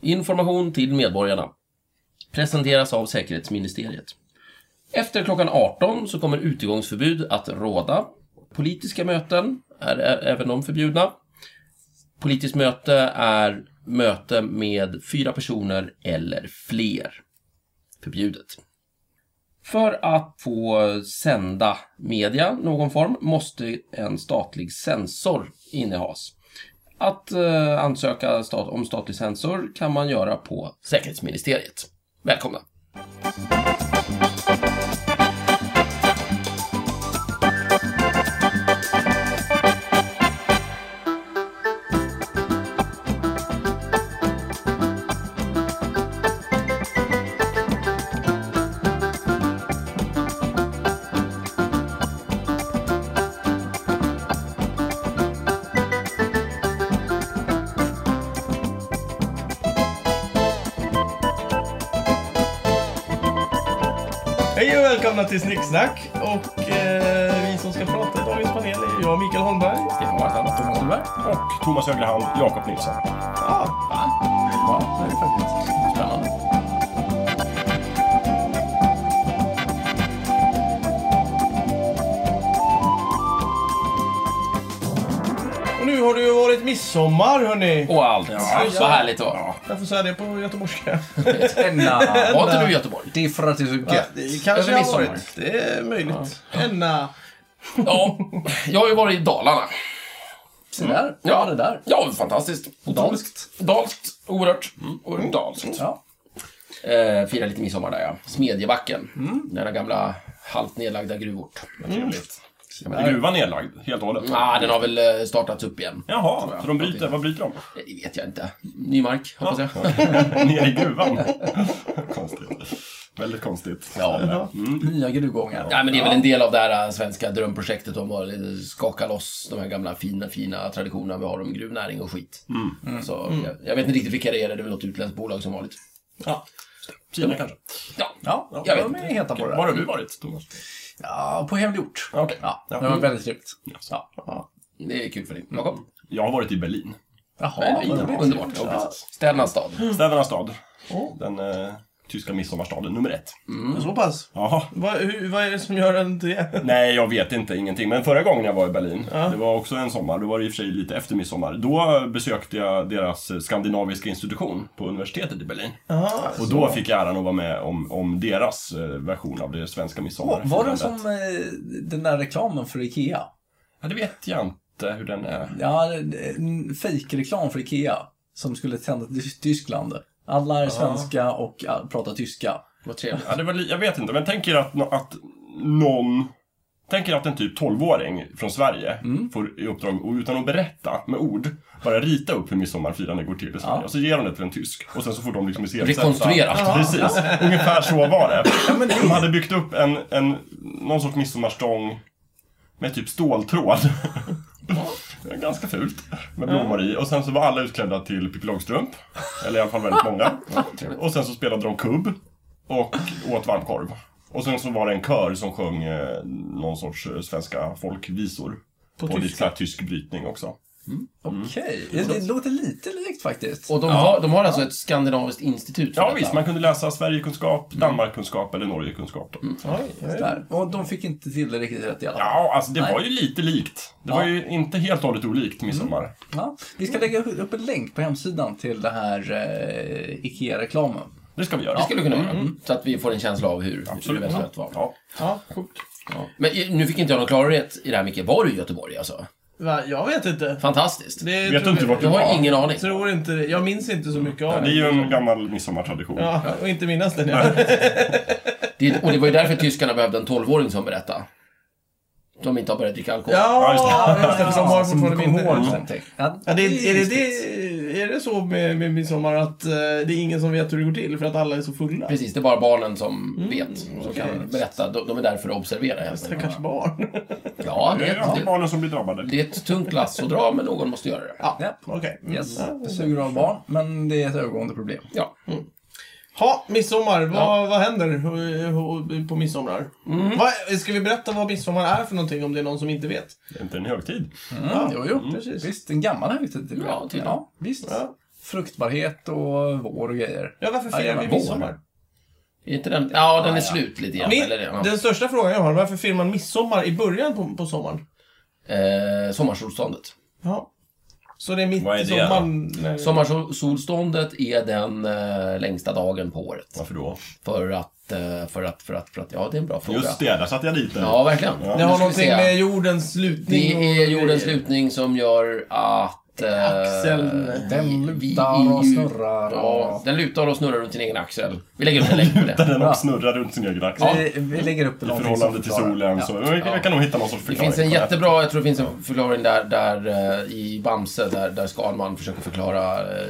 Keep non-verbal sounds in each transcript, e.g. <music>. Information till medborgarna. Presenteras av säkerhetsministeriet. Efter klockan 18 så kommer utegångsförbud att råda. Politiska möten är ä- även de förbjudna. Politiskt möte är möte med fyra personer eller fler. Förbjudet. För att få sända media någon form måste en statlig censor innehas. Att eh, ansöka stat om statlig censor kan man göra på Säkerhetsministeriet. Välkomna! Hej och välkomna till Snicksnack. Och eh, vi som ska prata i dagens panel är jag, Mikael Holmberg. Stefan Martin, Thomas Ullberg. Och Thomas Höglehamn, Jakob Nilsson. Ja, Ja, det är faktiskt. Spännande. och nu har det ju varit midsommar hörni. Och allt! Så härligt det var. Jag får säga det på göteborgska. Enna. Var inte du i Göteborg? Diffra till så Ja, gött. det kanske har midsommar. varit. Det är möjligt. Enna. Ja, jag har ju varit i Dalarna. Mm. Se där. Ja. Ja, det där. Ja, fantastiskt. Dalskt. Dalskt. Oerhört. Oerhört dalskt. Mm. Ja. Eh, fira lite midsommar där ja. Smedjebacken. Mm. Denna gamla halvt nedlagda gruvort. Vad trevligt. Är gruvan nedlagd helt och hållet? Ah, den har väl eh, startats upp igen. Jaha, så de bryter, vad bryter de? Eh, Det vet jag inte. Ny mark, hoppas jag. <laughs> Ner i gruvan? konstigt. Väldigt konstigt. Ja. Mm. Nya gruvgångar. Nej, men det är väl en del av det här eh, svenska drömprojektet om att eh, skaka loss de här gamla fina, fina traditionerna vi har om gruvnäring och skit. Mm. Mm. Så, Jag, jag vet inte riktigt vilka det är, det är väl något utländskt bolag som vanligt. Ja. Kina kanske. Ja, Ja, Jag jag vet de är heta på det Var där. har du varit, Thomas? Ja, på hemgjort. Okej. Ja, det Ja. var väldigt trevligt. Ja. det är kul för dig. Jakob? Jag har varit i Berlin. Jaha, Berlin, vad roligt. Mm. underbart. Ja, precis. Städernas stad. Städernas stad. Den eh, tyska midsommarstaden nummer ett. Så pass. Jaha. Vad, hur, vad är det som gör den till det? Nej, jag vet inte. Ingenting. Men förra gången jag var i Berlin, det var också en sommar, då var det i och för sig lite efter midsommar. Då besökte jag deras skandinaviska institution på universitetet i Berlin. Jaha. Och då fick jag äran att vara med om, om deras eh, version av det svenska midsommar. Var det som eh, den där reklamen för IKEA? Ja, det vet jag inte hur den är. Ja, eh, en fejkreklam för IKEA som skulle sända till Tyskland. Alla är svenska och ja, pratar tyska. Vad trevligt. Ja, det var, li- jag vet inte, men tänk er att, nå- att någon... Tänk er att en typ 12-åring från Sverige får i uppdrag, och utan att berätta med ord, bara rita upp hur midsommarfirandet går till i Sverige. Och så ger de det till en tysk. Och sen så får de liksom iscensätta- Rekonstruerat. Ja, Precis. Ungefär så var det. De hade byggt upp en, en, någon sorts midsommarstång med typ ståltråd. Det var Ganska fult. Med blommor i. Och sen så var alla utklädda till Pippi Långstrump. Eller i alla fall väldigt många. <laughs> Och sen så spelade de kubb. Och åt varmkorv. Och sen så var det en kör som sjöng eh, någon sorts eh, svenska folkvisor. På, lite tyska. så här tysk brytning också. Mm. Okej, det, det låter lite likt faktiskt. Och de, har, de har alltså ett skandinaviskt institut för Ja detta. visst, man kunde läsa Sverigekunskap, Danmarkkunskap eller Norgekunskap. Då. Oj, oj. Där. Och de fick inte till det riktigt rätt i alla fall. Mm. Ja, alltså det Nej. var ju lite likt. Det var ju inte helt och hållet olikt midsommar. Ja. Vi ska lägga upp en länk på hemsidan till det här eh, IKEA-reklamen. Det ska vi göra. Det skulle vi kunna göra. Så att vi får en känsla av hur hur det eventuellt var. Mm. Ja. Ja, sjukt. Ja. Men i- nu fick inte jag någon klarhet i det här, Micke. Var du i Göteborg alltså? Va, jag vet inte. Fantastiskt. Det Vet du tror inte jag- vart du Jag har var? ingen aning. tror inte det. Jag minns inte så mycket av Det är ju en gammal midsommartradition. Ja, och inte minnas <laughs> den. Ja. Det, och det var ju därför tyskarna behövde en 12-åring som berättade. De inte har börjat dricka alkohol. Ja, just det. Ja, just det. för de har Som fortfarande kom ihåg minnen. någonting. Ja, Ja, det, är, det, just det, är det så med, med midsommar att eh, det är ingen som vet hur det går till för att alla är så fulla? Precis, det är bara barnen som vet. Som Mm, okej. kan berätta. De, de är där för att observera. helt enkelt. Stackars barn. Ja, Det det är är, ju alltid det, barnen som blir drabbade. det är ett tungt lass att dra, men någon måste göra det. Ja, Okej. Mm. yes. Ja. Det suger av barn, men det är ett övergående problem. Ja. Ha, midsommar. Vad, vad händer eh, ho- på midsommar? Mm. Vad, ska vi berätta vad midsommar är för någonting om det är någon som inte vet? Det är inte en högtid. Mm, jo, jo. precis. Visst, en gammal högtid till Ja, tydligen. ja, visst. Ja. fruktbarhet och vår och grejer. Ja, varför Ja, firar jävla vi vår. midsommar? Är inte den... Ja, den är ja. slut lite grann. Min, eller, ja. Den största frågan jag har, varför firar man midsommar i början på, på sommaren? Eh, sommarsolståndet. Ja. Så det är mitt Vad är i det då? sommaren? när- Sommarsolståndet är den eh, längsta dagen på året. Varför då? För att, eh, för att, för att, för att, ja det är en bra fråga. Just det, där satt jag dit. Ja, verkligen. Ja. Det Nu har ska vi någonting se. med jordens slutning Det är och jordens grejer. slutning som gör att... eh, Axeln, vi- Den vi lutar är och ju- snurrar Ja, och... den lutar och snurrar runt sin egen axel. Vi lägger upp en länk på Där det. <laughs> den Ja. och snurrar runt sin egen axel. Vi, vi lägger upp I någonting förhållande som till förklarar. solen. Ja. Så jag, jag kan nog hitta någon sorts Det förklaring. finns en på det. jättebra, jag tror det finns en förklaring där, där eh, i Bamse, där, där Skalman försöker förklara eh,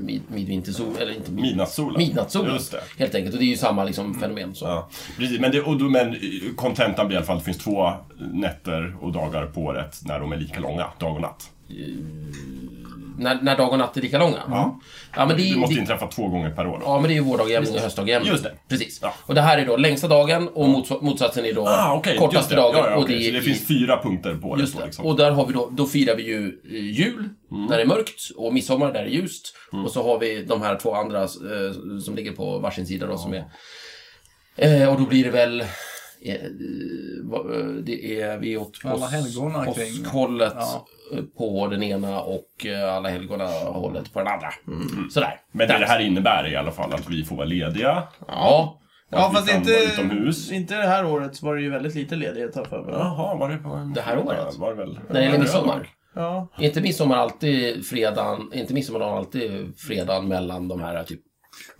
mid, midvintersol, eller inte mid, Midnattssolen. midnattssol. Just det. Helt enkelt, och det är ju samma liksom, fenomen. Så. Ja, precis. Men, det, och då, men eh, kontentan blir i alla fall att det finns två nätter och dagar på året när de är lika långa, dag och natt. När, när dag och natt är lika långa. Ja, men det, Det är- måste det, inträffa två gånger per år. Då. ja, men det är ju vårdagjämning och höstdagjämning. Just det. Precis. Ja. Och det här är då längsta dagen och motsa- motsatsen är då Ah, okej, just kortaste det. dagen. Ja, ja, och okej. det är Så det i- finns fyra punkter på året. Just då, det. liksom. Mm. Och där har vi då, då firar vi ju eh, jul när det är mörkt och midsommar där det är ljust. Och så har vi de här två andra eh, som ligger på varsin sida då som är... Eh, och då blir det väl... Eh, va- eh, det är, vi är åt Alla helgona påsk- kring. påskhållet Ja. eh, på den ena och eh, alla helgona hållet på den andra. Sådär. Mm. Men det Där. det här innebär i alla fall att vi får vara lediga. Ja. att Ja, vi fast kan inte, vara utomhus. inte det här året så var det ju väldigt lite ledighet här för mig. Jaha, var det på en... Det här året? Var det väl? När det gäller midsommar. Ja. Är inte midsommar alltid fredagen, är inte midsommardagen alltid fredagen mellan de här typ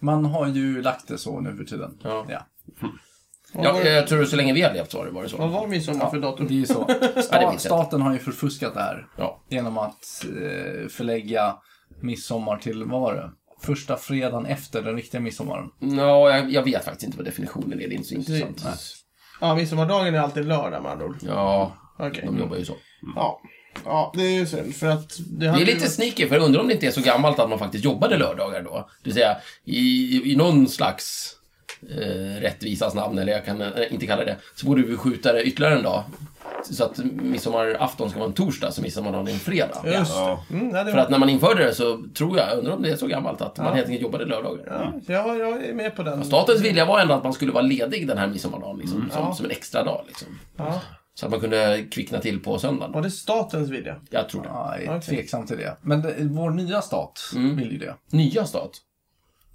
Man har ju lagt det så nu för tiden. Ja. Ja. Ja, jag tror så länge vi har levt så har det varit Vad så. var midsommar för datum? Det är ju så. jag Sta- inte. staten har ju förfuskat det här Ja. genom att eh, förlägga midsommar till, vad var det? Första fredagen efter den riktiga midsommaren. Nå, jag, jag vet faktiskt inte vad definitionen är, det är inte så intressant. Ja, midsommardagen är alltid lördag med andra ord. Ja, Okej. de jobbar ju så. Ja. ja, det är ju synd för att... Det Det, hade är ju lite varit- sneaky, för jag undrar om det inte är så gammalt att man faktiskt jobbade lördagar då. Det vill säga, i, i någon slags eh, rättvisas namn, eller jag kan eh, inte kalla det så borde vi skjuta det ytterligare en dag. Så att midsommarafton ska vara en torsdag, så midsommardagen är en fredag. Just Ja. det. Mm, nej, det För att när man införde det så tror jag, undrar om det är så gammalt att man helt enkelt jobbade lördagar. ja, jag, jag är med på den. Statens vilja var ändå att man skulle vara ledig den här midsommardagen, liksom, Mm. som, som en extra dag. Liksom. Ja. Så att man kunde kvickna till på söndagen. Var det statens vilja? Jag tror det. Ja, jag är Okej. tveksam till det. Men det, vår nya stat vill ju det. Nya stat?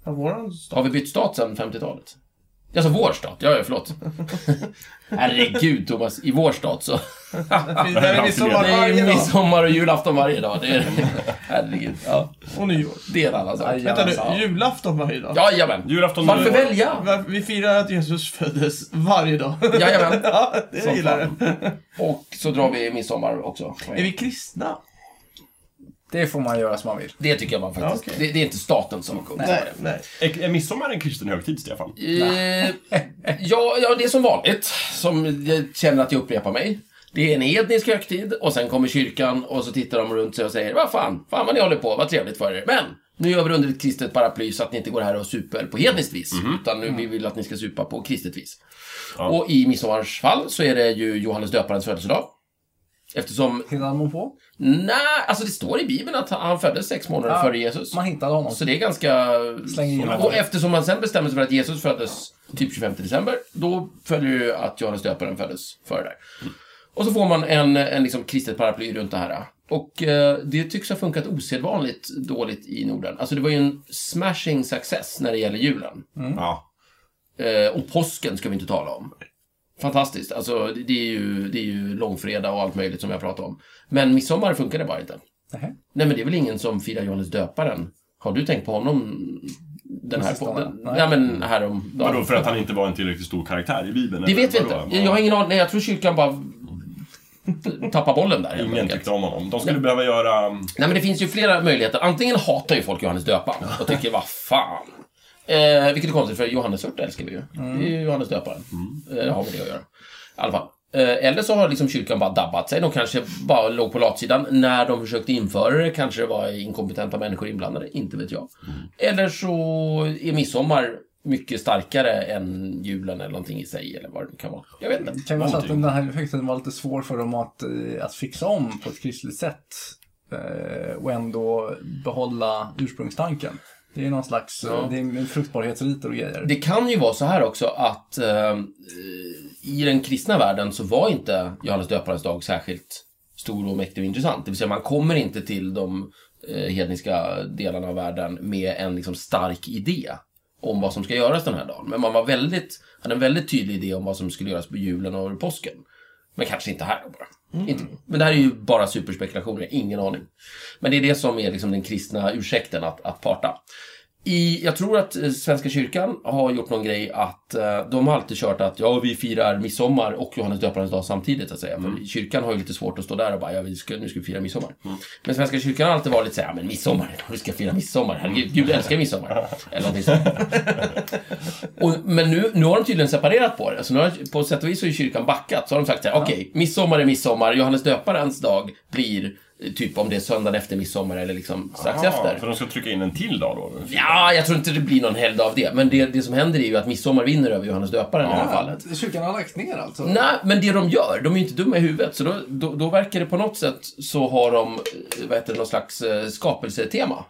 Ja, våran stat. Har vi bytt stat sedan 50-talet? Alltså vår stat? Ja, ja, <laughs> förlåt. Herregud, Thomas. I vår stat så... Det är midsommar Det är ju varje dag. midsommar och julafton varje dag. Det är... Herregud. Ja, Och nyår. det är en annan sak. Aj, ja. Vänta nu, julafton varje dag? Jajamän. Julafton Varför nyår. välja? Varför- Vi firar att Jesus föddes varje dag. Jajamän. <laughs> ja, det Som gillar fan. jag. Och så drar vi midsommar också. Är vi kristna? Det får man göra som man vill. Det tycker jag man faktiskt... Ja, okej. det, det är inte staten som kommer ta det. nej. Är, är midsommar en kristen högtid, Stefan? Eh, ja, ja, det är som vanligt, som jag känner att jag upprepar mig. Det är en hednisk högtid och sen kommer kyrkan och så tittar de runt sig och säger Vad fan, fan vad ni håller på, vad trevligt för er. Men nu gör vi det under ett kristet paraply så att ni inte går här och super på hedniskt vis. Mhm. Utan nu vi vill att ni ska supa på kristet vis. Och i midsommars fall så är det ju Johannes döparens födelsedag. Eftersom, Hittade man på? nej, alltså det står i Bibeln att han föddes sex månader före Jesus. Man hittade honom. Så det är ganska... Släng in honom. och eftersom man sen bestämmer sig för att Jesus föddes typ 25 december, då följer det ju att Johannes döparen föddes före där. Och så får man en, en liksom kristet paraply runt det här. Och eh, det tycks ha funkat osedvanligt dåligt i Norden. Alltså det var ju en smashing success när det gäller julen. Ja. Eh, och påsken ska vi inte tala om. Fantastiskt. Alltså det, det, är ju, det är ju långfredag och allt möjligt som jag pratat om. Men midsommar funkar det bara inte. Nähä. Nej, men det är väl ingen som firar Johannes döparen? Har du tänkt på honom? Den här sistone? podden? Nej. Nej. men härom Vadå, för att han inte var en tillräckligt stor karaktär i Bibeln? Det eller vet vi vadå? inte. Jag har ingen aning. Nej, jag tror kyrkan bara tappar bollen där. helt Ingen enkelt. tyckte om honom. De skulle behöva göra... mm, Nej, men det finns ju flera möjligheter. Antingen hatar ju folk Johannes döparen och tycker vad fan. Eh, vilket är konstigt, för Johanneshört älskar vi ju. Det är ju Johannes döparen. Eh, det har med det att göra. I alla fall. Eh, eller så har liksom kyrkan bara dabbat sig. De kanske bara låg på latsidan. När de försökte införa det kanske det var inkompetenta människor inblandade. Inte vet jag. Eller så är midsommar mycket starkare än julen eller någonting i sig. Eller vad det kan vara. Jag vet inte. Kan man säga att Någonting. den här högtiden var lite svår för dem att, eh, att fixa om på ett kristligt sätt? eh, och ändå behålla ursprungstanken. Det är någon slags Ja. det är fruktbarhetsriter och grejer. Det kan ju vara så här också att eh, i den kristna världen så var inte Johannes döparens dag särskilt stor och mäktig och intressant. Det vill säga man kommer inte till de eh, hedniska delarna av världen med en liksom, stark idé om vad som ska göras den här dagen. Men man var väldigt, hade en väldigt tydlig idé om vad som skulle göras på julen och påsken. Men kanske inte här då bara. Inte, men det här är ju bara superspekulationer, ingen aning. Men det är det som är liksom den kristna ursäkten att, att parta. I, jag tror att eh, Svenska kyrkan har gjort någon grej att eh, de har alltid kört att ja, vi firar midsommar och Johannes döparens dag samtidigt. Så att säga. För kyrkan har ju lite svårt att stå där och bara ja, vi ska, nu ska vi fira midsommar. Men Svenska kyrkan har alltid varit lite så här, ja, men midsommar, <laughs> det är klart vi ska fira midsommar, herregud, Gud älskar midsommar. Eller någonting sånt. Och, men nu, nu har de tydligen separerat på det. Så nu har, på sätt och vis har ju kyrkan backat. Så har de sagt så här, okej, midsommar är midsommar, Johannes döparens dag blir eh, typ om det är söndagen efter midsommar eller liksom strax Aha, efter. För de ska trycka in en till dag då? Ja, jag tror inte det blir någon helgdag av det. Men det, det som händer är ju att midsommar vinner över Johannes döparen i det här fallet. Kyrkan har lagt ner alltså? Nej, men det de gör, de är ju inte dumma i huvudet. Så då, då, då verkar det på något sätt så har de, eh, vad heter det, någon slags eh, skapelsetema.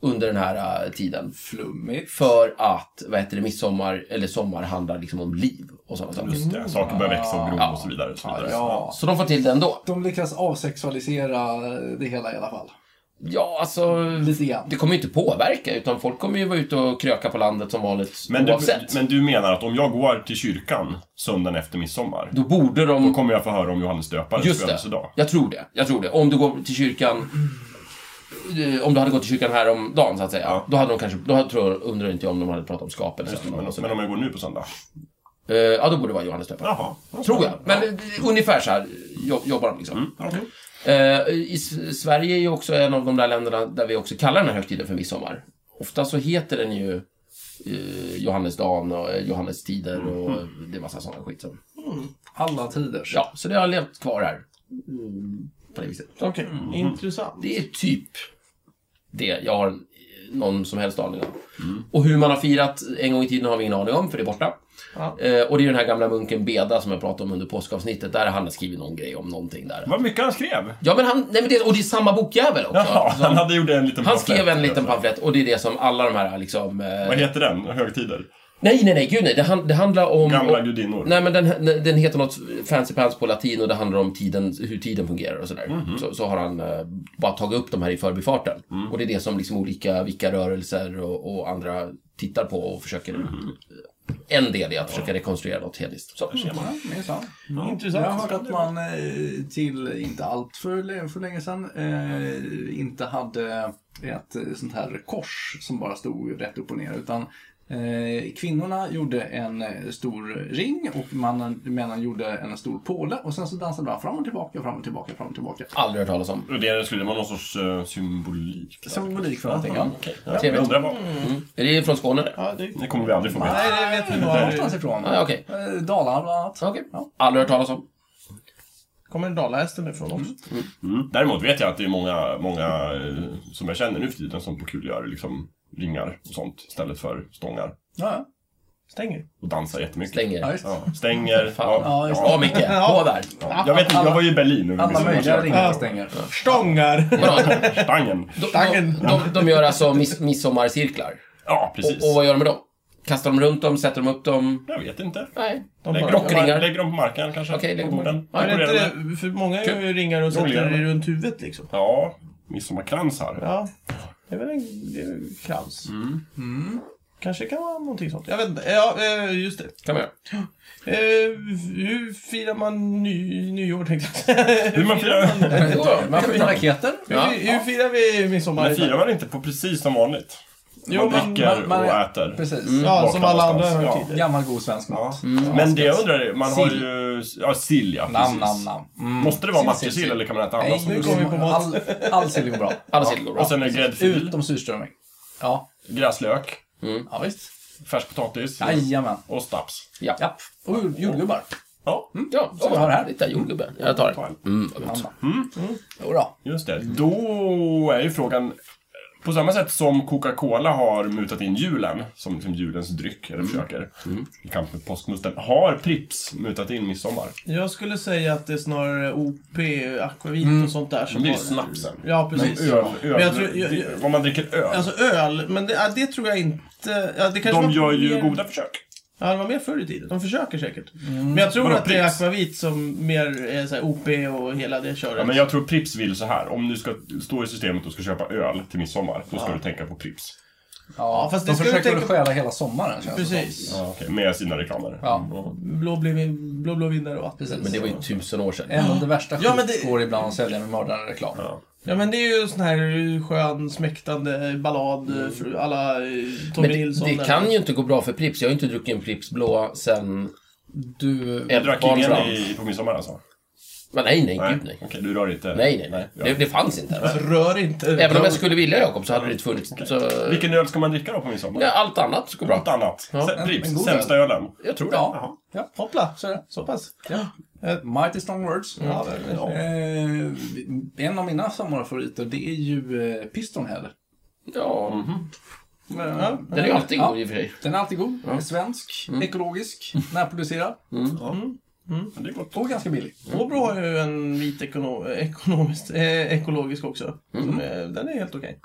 Under den här eh, tiden. Flummigt. För att, vad heter det, midsommar eller sommar handlar liksom om liv och sådana saker. Just det, saker börjar växa och gro Mm. Ja. och så vidare. Och så vidare. Ja. Så de får till det ändå. De lyckas avsexualisera det hela i alla fall. Ja, alltså... Lite grann. Det kommer ju inte påverka, utan folk kommer ju vara ute och kröka på landet som vanligt Men, du, oavsett. men du menar att om jag går till kyrkan söndagen efter midsommar, Då borde de... då kommer jag få höra om Johannes döparens Just det. födelsedag? Jag tror det. Jag tror det. Om du går till kyrkan... eh, Om du hade gått till kyrkan här om dagen så att säga. Ja. Då hade de kanske... Då hade- tror jag, undrar inte jag om de hade pratat om skapelsen. Just det, eller något Men, sånt. men om jag går nu på söndag? Eh, Ja, då borde det vara Johannes Döparen. Jaha. Tror jag. Men eh, ungefär så här jo- jobbar de liksom. Okej. Eh, I S- Sverige är ju också en av de där länderna där vi också kallar den här högtiden för midsommar. Ofta så heter den ju eh, Johannesdagen och eh, Johannestider och det är massa sådana skit. Som. Alla tiders. Ja, så det har levt kvar här. På det viset. Okej, Mm. intressant. Det är typ det jag har eh, någon som helst aning om. Och hur man har firat en gång i tiden har vi ingen aning om, för det är borta. Ja. Eh, och det är den här gamla munken Beda som jag pratade om under påskavsnittet. Där har han skrivit någon grej om någonting där. Vad mycket han skrev! Ja, men han, nej, men det, och det är samma bokjävel också. Jaha, han hade gjort en liten Han pamflett. skrev en liten pamflett och det är det som alla de här liksom... Eh, Vad heter den? Högtider? Mm, nej, nej, nej, gud nej. Det, han, det handlar om... Gamla om- gudinnor? Nej, men den, den heter något fancy pants på latin och det handlar om tiden, hur tiden fungerar och sådär. Mhm. Så, så har han eh, bara tagit upp de här i förbifarten. Mm. Och det är det som liksom olika vickarörelser och, och andra tittar på och försöker... Mhm. En del i att försöka rekonstruera något hedniskt. Så. Ja, minsann. Jag Intressant. har hört att man eh, till inte allt för, lä- för länge sedan eh, inte hade ett eh, sånt här kors som bara stod rätt upp och ner. Utan eh, kvinnorna gjorde en eh, stor ring och mannen, männen gjorde en stor påle. Och sen så dansade man fram och tillbaka, fram och tillbaka, fram och tillbaka. Aldrig hört talas om. Och det skulle vara någon sorts eh, symbolik. där. Symbolik för någonting. ja. Okej. Ja, jag Trevligt. undrar vad... Är det från Skåne? det? Ja, det... Det kommer vi aldrig få veta. Nej, det vet vi nog Någonstans aldrig. ifrån. Ah, Okej. Eh, Dalarna bland annat. Okej. Ja. Aldrig hört talas om. Kommer dalahästen ifrån också? Mm. Däremot vet jag att det är många, många eh, som jag känner nu för tiden som på kul gör liksom ringar och sånt istället för stångar. Ja, ja. Stänger. Och dansar jättemycket. Stänger. Ja, just. Ja, stänger. Fan. Ja, just det. Ja, Micke. På där. Ja. Jag vet inte, jag var ju i Berlin under Alla möjliga midsommarfirandet. ringar Ja. stänger. Stångar! Vadå? Stangen. De, Stangen. de, de, de gör alltså miss, midsommarcirklar. Ja, precis. Och, och vad gör de med dem? Kastar de runt dem? Sätter de upp dem? Jag vet inte. Nej. De Lägger bara- dem, på mar- Rockringar. lägger dem på marken kanske. Okej, lägger på dem på borden. marken. Är det Dekorerar inte med- det? För många gör ju ringar och sätter det runt huvudet liksom. Ja, midsommarkransar. Ja, det är väl en det är en krans. Kanske kan vara någonting sånt. Mm, Jag vet inte. Ja, eh, just det. kan man göra. Eh, Hur firar man ny, nyår tänkte <laughs> jag säga. Hur man firar... Man skjuter raketer. Ja. Hur, hur firar vi midsommar? Men firar man inte på precis som vanligt? Jo, men, Dricker Man- man- och äter. Precis. Mm. ja, som Bakar alla andra någonstans. högtider. Gammal god svensk Ja. mat. Men det jag undrar är, man har Sill. ju... Ja, sill ja, Nam, precis. nam, nam. Mm. Måste det vara Sill, sill, matjessill sill. eller kan man äta Nej, annat? som nu du går sa? vi på mat. All, all sill går <laughs> bra. Alla sill går bra. Och sen är det gräddfil, Utom surströmming. Ja, gräslök, ja visst. färsk potatis Jajamän. och snaps. Ja. ja. Japp. Och jord- jordgubbar. Ja, ja. Så jag har här. Lite jordgubbe. Jag tar det. Mm, vad gott. Jodå. just det. Då är ju frågan... På samma sätt som Coca-Cola har mutat in julen, som liksom julens dryck, Mm. eller försöker, i kamp med påskmusten, har Pripps mutat in midsommar. Jag skulle säga att det är snarare OP, akvavit och sånt där som Mm. Det är ju har- snapsen. Ja, precis. Öl, öl, Men jag tror- jag- det- vad man dricker öl. Alltså öl, men det, ja, det tror jag inte... Ja, det kanske de var gör ju mer- goda försök. Ja, det var mer förr i tiden. De försöker säkert. Men jag tror Vadå, att det är Pripps? akvavit som mer är så här OP och hela det köret. Ja, men jag tror Pripps vill så här. Om du ska stå i systemet och ska köpa öl till midsommar, då ska du tänka på Pripps. Ja, fast fast det de ska du försöker tänka väl på. stjäla hela sommaren känns det som. Precis. Ja, okej, Med sina reklamer. Ja. Mm. Blå, blev, blå, blå vindar och vatten. Precis. Men det var ju tusen år sedan. Även om det värsta Ja, men skit det- går ibland att sälja med mördande reklam. Ja. Ja, men det är ju sån här skön, smäktande ballad för alla eh, Tommy Mm. Men det, Nilsson. det eller- kan ju inte gå bra för Pripps. Jag har ju inte druckit en Pripps blåa sen... Du... Ett Jag drack barn ingen fram. i, på midsommar alltså? Men nej, nej, Nej, gud nej. okej, du rör inte? Nej, nej, nej. Ja. Det, det fanns inte. Alltså, Rör inte. Även om jag skulle vilja, Jakob, så hade det inte funnits. Så... Vilken öl ska man dricka då på midsommar? Ja, allt annat går Något bra. annat. Ja, Ja, en- Pripps, en god sämsta ölen. Jag tror det. Ja. Hoppla, så, är det. så pass. ja. Mighty strong words. Ja, det- Ja. Eh, en av mina sommarfavoriter, det är ju eh, Pistonhead. Ja, Ja. den är ju alltid Ja. god i och för sig. Den är alltid god. Svensk, Mm. ekologisk, närproducerad Ja, Det är gott. och ganska billig. Åbro har ju en vit ekono ekonomiskt, eh, ekologisk också. Mm. Som är, den är helt okej.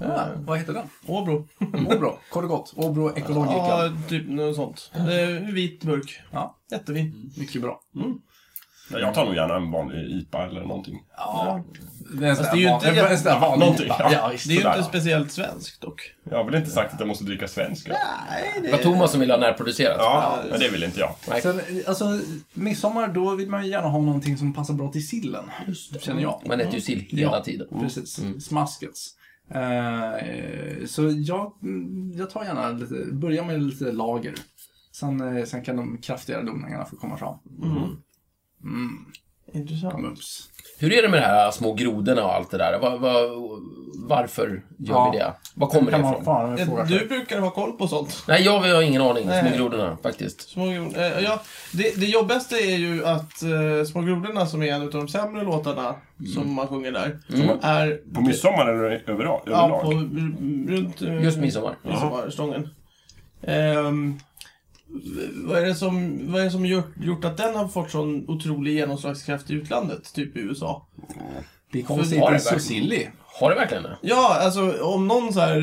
Ja. Vad heter den? Åbro. Åbro. Kort och gott. Åbro Ekologic Ja, Club. typ något sånt. Eh, vit burk. Ja, Jättefin. mycket bra. Nej, Jag tar nog gärna en vanlig IPA eller någonting. Ja. Det är en sån Fast det är ju där inte- van- en sån där vanlig Någonting, IPA. ja. Ja, visst. Det är ju Sådär, inte ja. speciellt svenskt dock. Jag har väl inte sagt att jag måste dricka svensk öl? Nej, Det var Thomas som ville ha närproducerat. Ja, men det vill inte jag. Sen, alltså, midsommar, då vill man ju gärna ha någonting som passar bra till sillen. Känner jag. Man äter ju sill Mm. hela tiden. Mm. Mm. Precis. Smaskets. Eh, så jag, mm, jag tar gärna lite, börjar med lite lager. Sen, eh, sen kan de kraftigare doningarna få komma fram. Mm. Mm. Intressant. Mums. Hur är det med de här eh, små grodorna och allt det där? Var, var, varför gör Ja. vi det? Var kommer det Kan man ifrån? fan fråga Eh, Du sig. brukar ha koll på sånt. Nej, jag har ingen aning. Små Nej. grodorna, faktiskt. Små, grodor- eh, ja, det, det jobbigaste är ju att eh, Små grodorna, som är en av de sämre låtarna som man sjunger där, är På midsommar eller överlag? ja, överlag. på, r- runt eh, Just midsommar. midsommarstången. Ehm, vad, är det som, vad är det som gjort, gjort att den har fått sån otrolig genomslagskraft i utlandet, typ i USA? Det kommer För- sig var det inte så verkligen? silly. Har det verkligen det? Ja, alltså om någon så här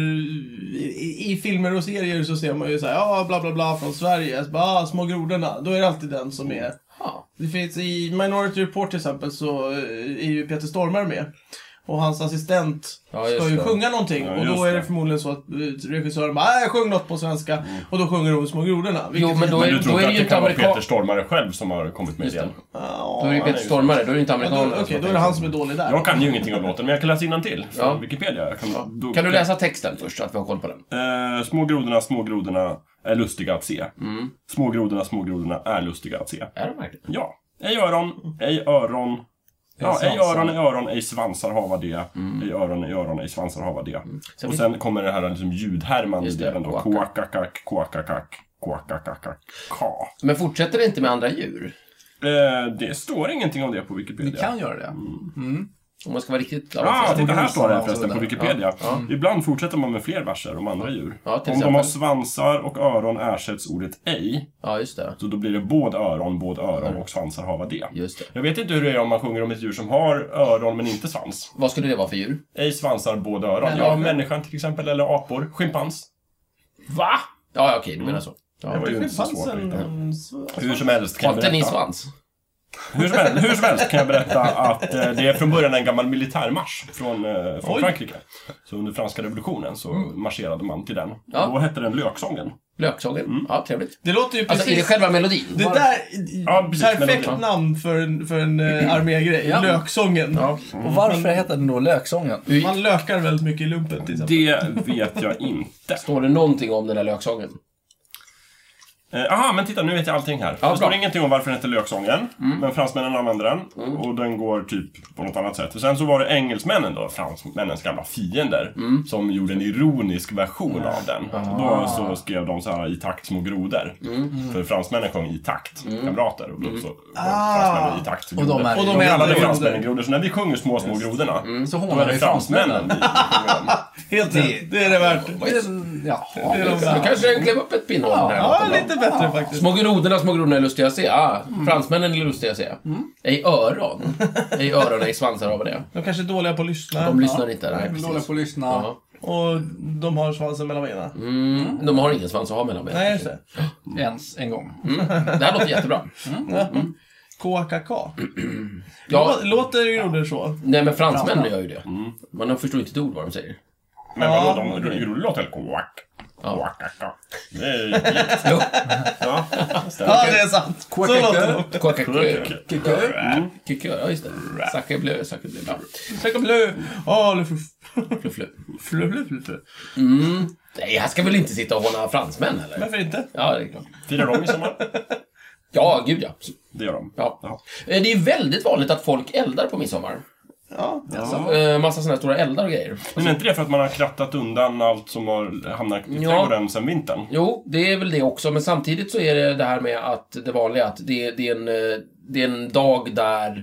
i, i filmer och serier så ser man ju så här, ja bla bla bla från Sverige, så bara, ah, små grodorna, då är det alltid den som är. Ja. Det finns i Minority Report till exempel så eh, är ju Peter Stormare med. Och hans assistent Ja, just ska ju det. sjunga någonting Ja, och då just är det det. förmodligen så att eh, regissören bara, "Nej, sjung något på svenska. Och då sjunger de Små grodorna. vilket Jo, men då Men är, du då tror är inte det att ju det inte kan vara Peter amerikaner. Stormare själv som har kommit med Just det. idén? Då är det ju Peter just det. Stormare, då är det inte Ja, då- amerikanerna Okej, som har då är det tänkt. han som är dålig där. Jag kan ju ingenting av låten, men jag kan läsa innantill från Ja. Wikipedia. Jag kan, då, Kan du läsa texten först, så att vi har koll på den? Eh, små grodorna, små grodorna är lustiga att se. Mm. Små grodorna, små grodorna är lustiga att se. Är det verkligen? Ja. Ej öron, ej öron. Ja, ej svansar. öron, ej öron, ej svansar hava det. Ej öron, ej öron, ej svansar hava det. Mm. Sen Och finns- sen kommer det här liksom ljudhärmande Just det, delen då. kåaka. Kåakakak, kåakakak, kåakakakak, ka. Men fortsätter det inte med andra djur? Eh, Det står ingenting om det på Ni Wikipedia. kan göra det. Om man ska vara riktigt Ah, avancerad. titta här står det grisarna och förresten så på vidare. Wikipedia. Ibland fortsätter man med fler verser om andra djur. Ja, till om de har exempel. svansar och öron ersätts ordet ej. Ja, just det. Så då blir det både öron, både öron och svansar hava det. Just det. Jag vet inte hur det är om man sjunger om ett djur som har öron men inte svans. Vad skulle det vara för djur? Ej svansar, båda öron. Men- ja, människan till exempel, eller apor. Schimpans. Va? Ja, ja, okej, du menar så. Det var Ja. ju Det inte så fanns svårt att en... hitta. en så- Alltså, Hur som helst kan Har jag inte ni berätta. svans? Hur som, helst, hur som helst kan jag berätta att eh, det är från början en gammal militärmarsch från, eh, från Oj. Frankrike. Så under franska revolutionen så marscherade man till den. Mm. Ja. Då hette den löksången. Löksången? Ja, trevligt. Det låter ju precis... Alltså, är det själva melodin? Det där, Ja, precis, perfekt melodin. namn för en, för en eh, armégrej. Ja. Löksången. Och varför heter den då Löksången? Man lökar väldigt mycket i lumpen till exempel. Det vet jag inte. Står det någonting om den där löksången? Eh, aha, men titta nu vet jag allting här. Ja, det står bra. Mm. ingenting om varför den heter löksången, men fransmännen använder den och den går typ på något annat sätt. Och sen så var det engelsmännen då, fransmännens gamla fiender, Mm. som gjorde en ironisk version av den. Ah. Och Då så skrev de så här i takt små grodor. Mm. För fransmännen sjöng i takt, kamrater, och då så sjöng fransmännen i takt Ah. Och de är- Och Och de de kallade är fransmännen grodor. grodor, så när vi sjunger små, små grodorna, Mm. Så då är hånar det vi fransmännen. fransmännen <laughs> vi sjunger om. Helt Det- rätt. Det är det värt. Den- Det Jaha. är de där. Då kanske den klev upp ett pinnhål där. Ja, lite bättre faktiskt. Små grodorna, små grodorna är lustiga att se. Ah, Fransmännen är lustiga att se. Ej öron. Ej öron, ej svansar har vi det. De kanske är dåliga på att lyssna. De lyssnar inte. Nej, De är dåliga precis. på att lyssna. Ja. Och de har svansen mellan benen. Mm, de har ingen svans att ha mellan benen. Nej, just det. Ens en gång. Det här låter jättebra. KKK. Ja, Lå- Låter grodor så? nej men fransmännen Fransmän. gör ju det. Man förstår inte ett ord vad de säger. Men vadå, de Ja, okay. okej. grodor låter väl kvack? Ja. Kvack, kvack, kvack. Det är ju gift. Jo. Ja, Ja, det är sant. Så låter de. Kåkakö. Kåkakö. Kikö. Kikö, ja just det. Sacke blö, sacke blö. Ja. Sacke blö. Ja, eller fluff. Flö, flö. Fluff, fluff, fluff, fluff. Nej, jag ska väl inte sitta och håna fransmän eller? Varför inte? Ja, det är klart. Firar de midsommar? Ja, gud ja. Det gör de. Ja. Ja. Eh, Det är väldigt vanligt att folk eldar på midsommar. Ja. Alltså, eh, massa sådana här stora eldar och grejer. Men är inte det för att man har krattat undan allt som har hamnat i Ja. trädgården sen vintern? Jo, det är väl det också, men samtidigt så är det det här med att det vanliga att det, det, är, en, eh, det är en dag där eh,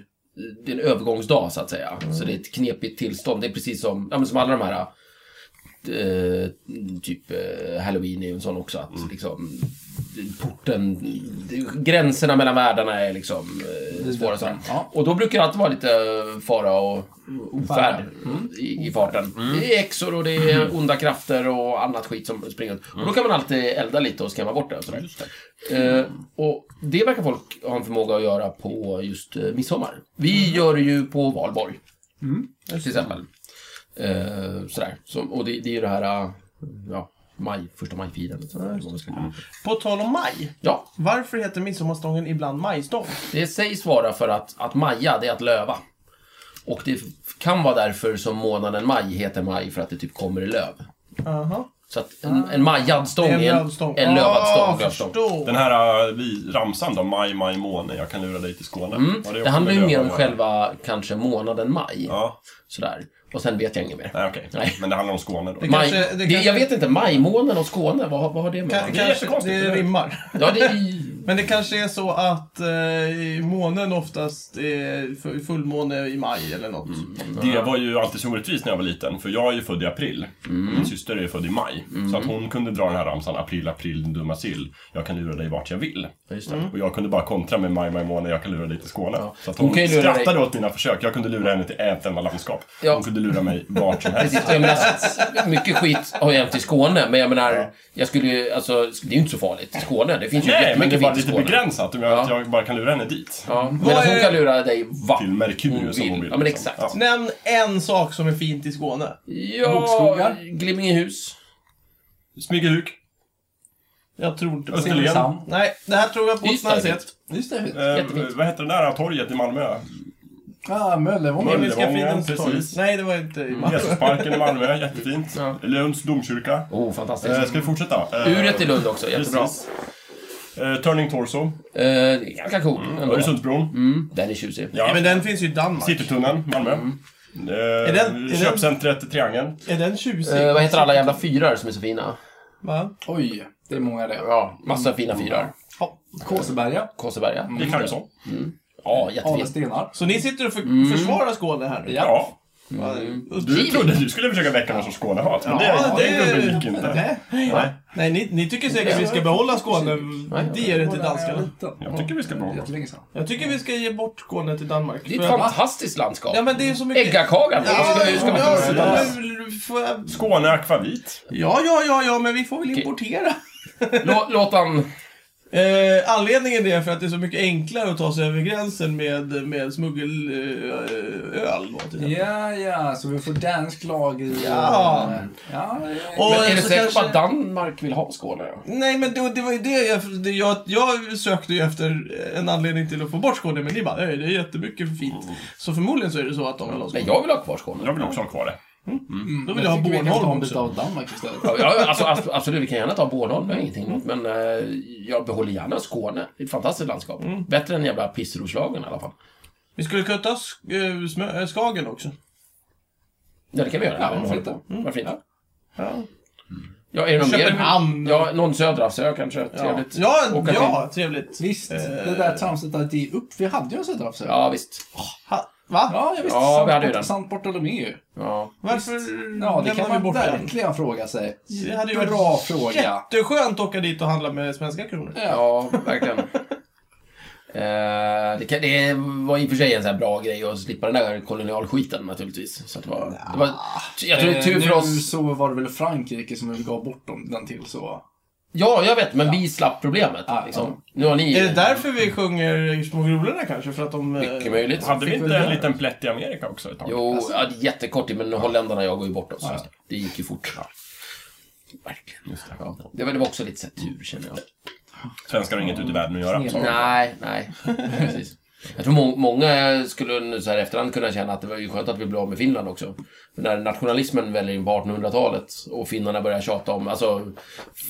det är en övergångsdag så att säga. Så det är ett knepigt tillstånd. Det är precis som, ja, men som alla de här eh, typ eh, halloween är ju en sån också att liksom porten, gränserna mellan världarna är liksom eh, svåra så här. Ja. Och då brukar det alltid vara lite eh, fara och ofärd i, i farten. Det är häxor och det är onda krafter och annat skit som springer runt. Och då kan man alltid elda lite och skrämma bort det och sådär. Eh, och det verkar folk ha en förmåga att göra på just eh, midsommar. Vi gör det ju på valborg. Till exempel. Eh, sådär. Så, och det, det är ju det här, eh, ja, maj, första maj-firandet. På tal om maj. Ja, Varför heter midsommarstången ibland majstång? Det sägs vara för att, att maja, det är att löva. Och det f- kan vara därför som månaden maj heter maj, för att det typ kommer i löv. Aha. Så att en, en majad stång Ah. En är en, lövstång. en lövad Ah, stång. lövstång. förstår. Den här äh, vi, ramsan då, Maj, maj, måne, jag kan lura dig till Skåne. Var Mm. Det också handlar ju med mer om löv? själva, kanske månaden maj. Ja, Sådär. Och sen vet jag inget mer. nej okej. Nej. Mm. Men det handlar om Skåne då. Det Maj, kanske- det det kanske- Jag vet inte, majmånen och Skåne, vad, vad har det med Ka- varandra? kanske, jättekonstigt, det eller hur? rimmar. Ja, det är... Men det kanske är så att eh, månen oftast är fu- fullmåne i maj eller något. Det var ju alltid så orättvist när jag var liten, för jag är ju född i april. Mm. Min syster är född i maj. Så att hon kunde dra den här ramsan, april, april, din dumma sill. Jag kan lura dig vart jag vill. Ja, Just det. Mm. Mm. Och jag kunde bara kontra med maj, maj månad, jag kan lura dig till Skåne. Ja. Så att Hon hon, kan ju lura dig- skrattade åt mina försök. Jag kunde lura henne till ett enda landskap. Ja. Hon kunde lura mig <laughs> vart som helst. Precis, och jag menar, mycket skit har ju hänt i Skåne, men jag menar, jag skulle ju, alltså, det är ju inte så farligt. Skåne, det finns ju Nej, men det är jättemycket bara fint i lite Skåne. begränsat. Om jag, Ja. att jag bara kan lura henne dit. Ja, men hon är- kan lura dig vart Till Merkurius hon om hon vill. Ja, men liksom. exakt. Ja. Nämn en sak som är fint i Skåne. Ja, Bokskogar? Glimmingehus. Smygehuk, Jag tror inte på det. Österlen. Simrishamn. Nej, det här tror jag på Ystad snarare är sett. Just det. Eh, Jättefint. vad hette det där torget i Malmö? Ah, Möllevången. Himmelska Möllevången, fridens torg. precis. Nej, det var inte i maj. Jesusparken i <laughs> Malmö, jättefint. Ja. Lunds domkyrka. Oh, Eh, fantastiskt. ska vi fortsätta? Eh, Uret i Lund också, jättebra. Precis. Eh, Turning Torso, Eh, det är ganska cool ändå. Öresundsbron, Mm, den är tjusig. Nej, ja. men den finns ju i Danmark. Citytunneln, Malmö. Mm. Eh, den- är den- köpcentret Triangeln. Är den tjusig? Eh, vad heter alla jävla fyrar som är så fina? Va? Oj, det är många det. Ja, massa fina fyrar. Ja. Kåseberga. Kåseberga. Det är Karlsson. Mm. Ja, jättefint. Alestenar. Så ni sitter och för- försvarar Skåne här? nu? Ja. Ja, Du trodde du skulle försöka väcka någon sorts Skånehat, men Ja, det, det, det- gubben gick inte. Nej, Nej ni, ni tycker säkert vi ska behålla Skåne. Det ger det till danskarna. Jag tycker vi ska bra. Jättelänge sedan. Jag tycker vi ska ge bort Skåne till Danmark. Det är För ett att- fantastiskt landskap. Ja, men det är så mycket... Äggakakan, Ja, hur ska- hur ska man ja, kunna ja, ja, får jag- Skåne akvavit. ja, ja, ja, ja, men vi får väl Okej. importera. Lå- Låt han... Eh, anledningen är för att det är så mycket enklare att ta sig över gränsen med, med eh, smuggelöl. Ja, ja, så vi får dansk lag i... eh, Ja. ja det- Och- Men är det så säkert kanske- att Danmark vill ha Skåne? då? Nej, men det, det var ju det jag, det jag... Jag sökte ju efter en anledning till att få bort Skåne, men ni bara "Nej, det är jättemycket för fint. Så förmodligen så är det så att de vill ha Men Skåne. jag vill ha kvar Skåne. Jag vill också ha kvar det. Då vill jag ha tycker vi kan ta en Bornholm bit också. av Danmark istället. <laughs> Ja, alltså, abs- absolut, vi kan gärna ta Bornholm, det har jag ingenting emot. Men eh, jag behåller gärna Skåne. Det är ett fantastiskt landskap. Mm. Bättre än jävla Pissroslagen i alla fall. Vi skulle kunna ta Sk- eh, Smö- eh, Skagen också. Ja, det kan vi göra. Ja, Ja, varför varför inte? inte? Mm. Varför inte? Ja. Ja, är det någon mer? Köpenhamn. Ja, någon söderhavsö kanske. ja. Trevligt. ja, Åka till. ja trevligt. Visst, det där tramset att ge upp. Vi hade ju en Söderhavsö. Ja, visst. Ha, va? ja, jag visste. Ja, vi hade ju den. Sant Bartolomeu. Ja. Varför Ja, det lämnar kan vi man bort den? verkligen fråga sig. Det hade ju varit Bra fråga. jätteskönt att åka dit och handla med svenska kronor. Ja, <laughs> verkligen. Eh, det, kan, det var i och för sig en sån här bra grej att slippa den där kolonialskiten naturligtvis. Så att det var, det var, jag tror det är tur Eh, för nu oss. så var det väl Frankrike som vi gav bort dem, den till så. Ja, jag vet, men vi slapp problemet. Ah, liksom. Nu har ni... Är det därför vi sjunger Små grodorna kanske? För att de... eh, Mycket möjligt. Hade vi Fick inte väl en göra. liten plätt i Amerika också ett tag? Jo, Alltså- ja, det är jättekort tid, men holländarna och jag går ju bort oss. Det gick ju fort. Verkligen. det. Ja. Det, var, det var också lite så här tur, känner jag. Svenskar har inget ute i världen att göra. Så. Nej, <laughs> nej. Precis. Jag tror må många skulle nu så här i efterhand kunna känna att det var ju skönt att vi blev av med Finland också. För när nationalismen väller in på 1800-talet och finnarna börjar tjata om, alltså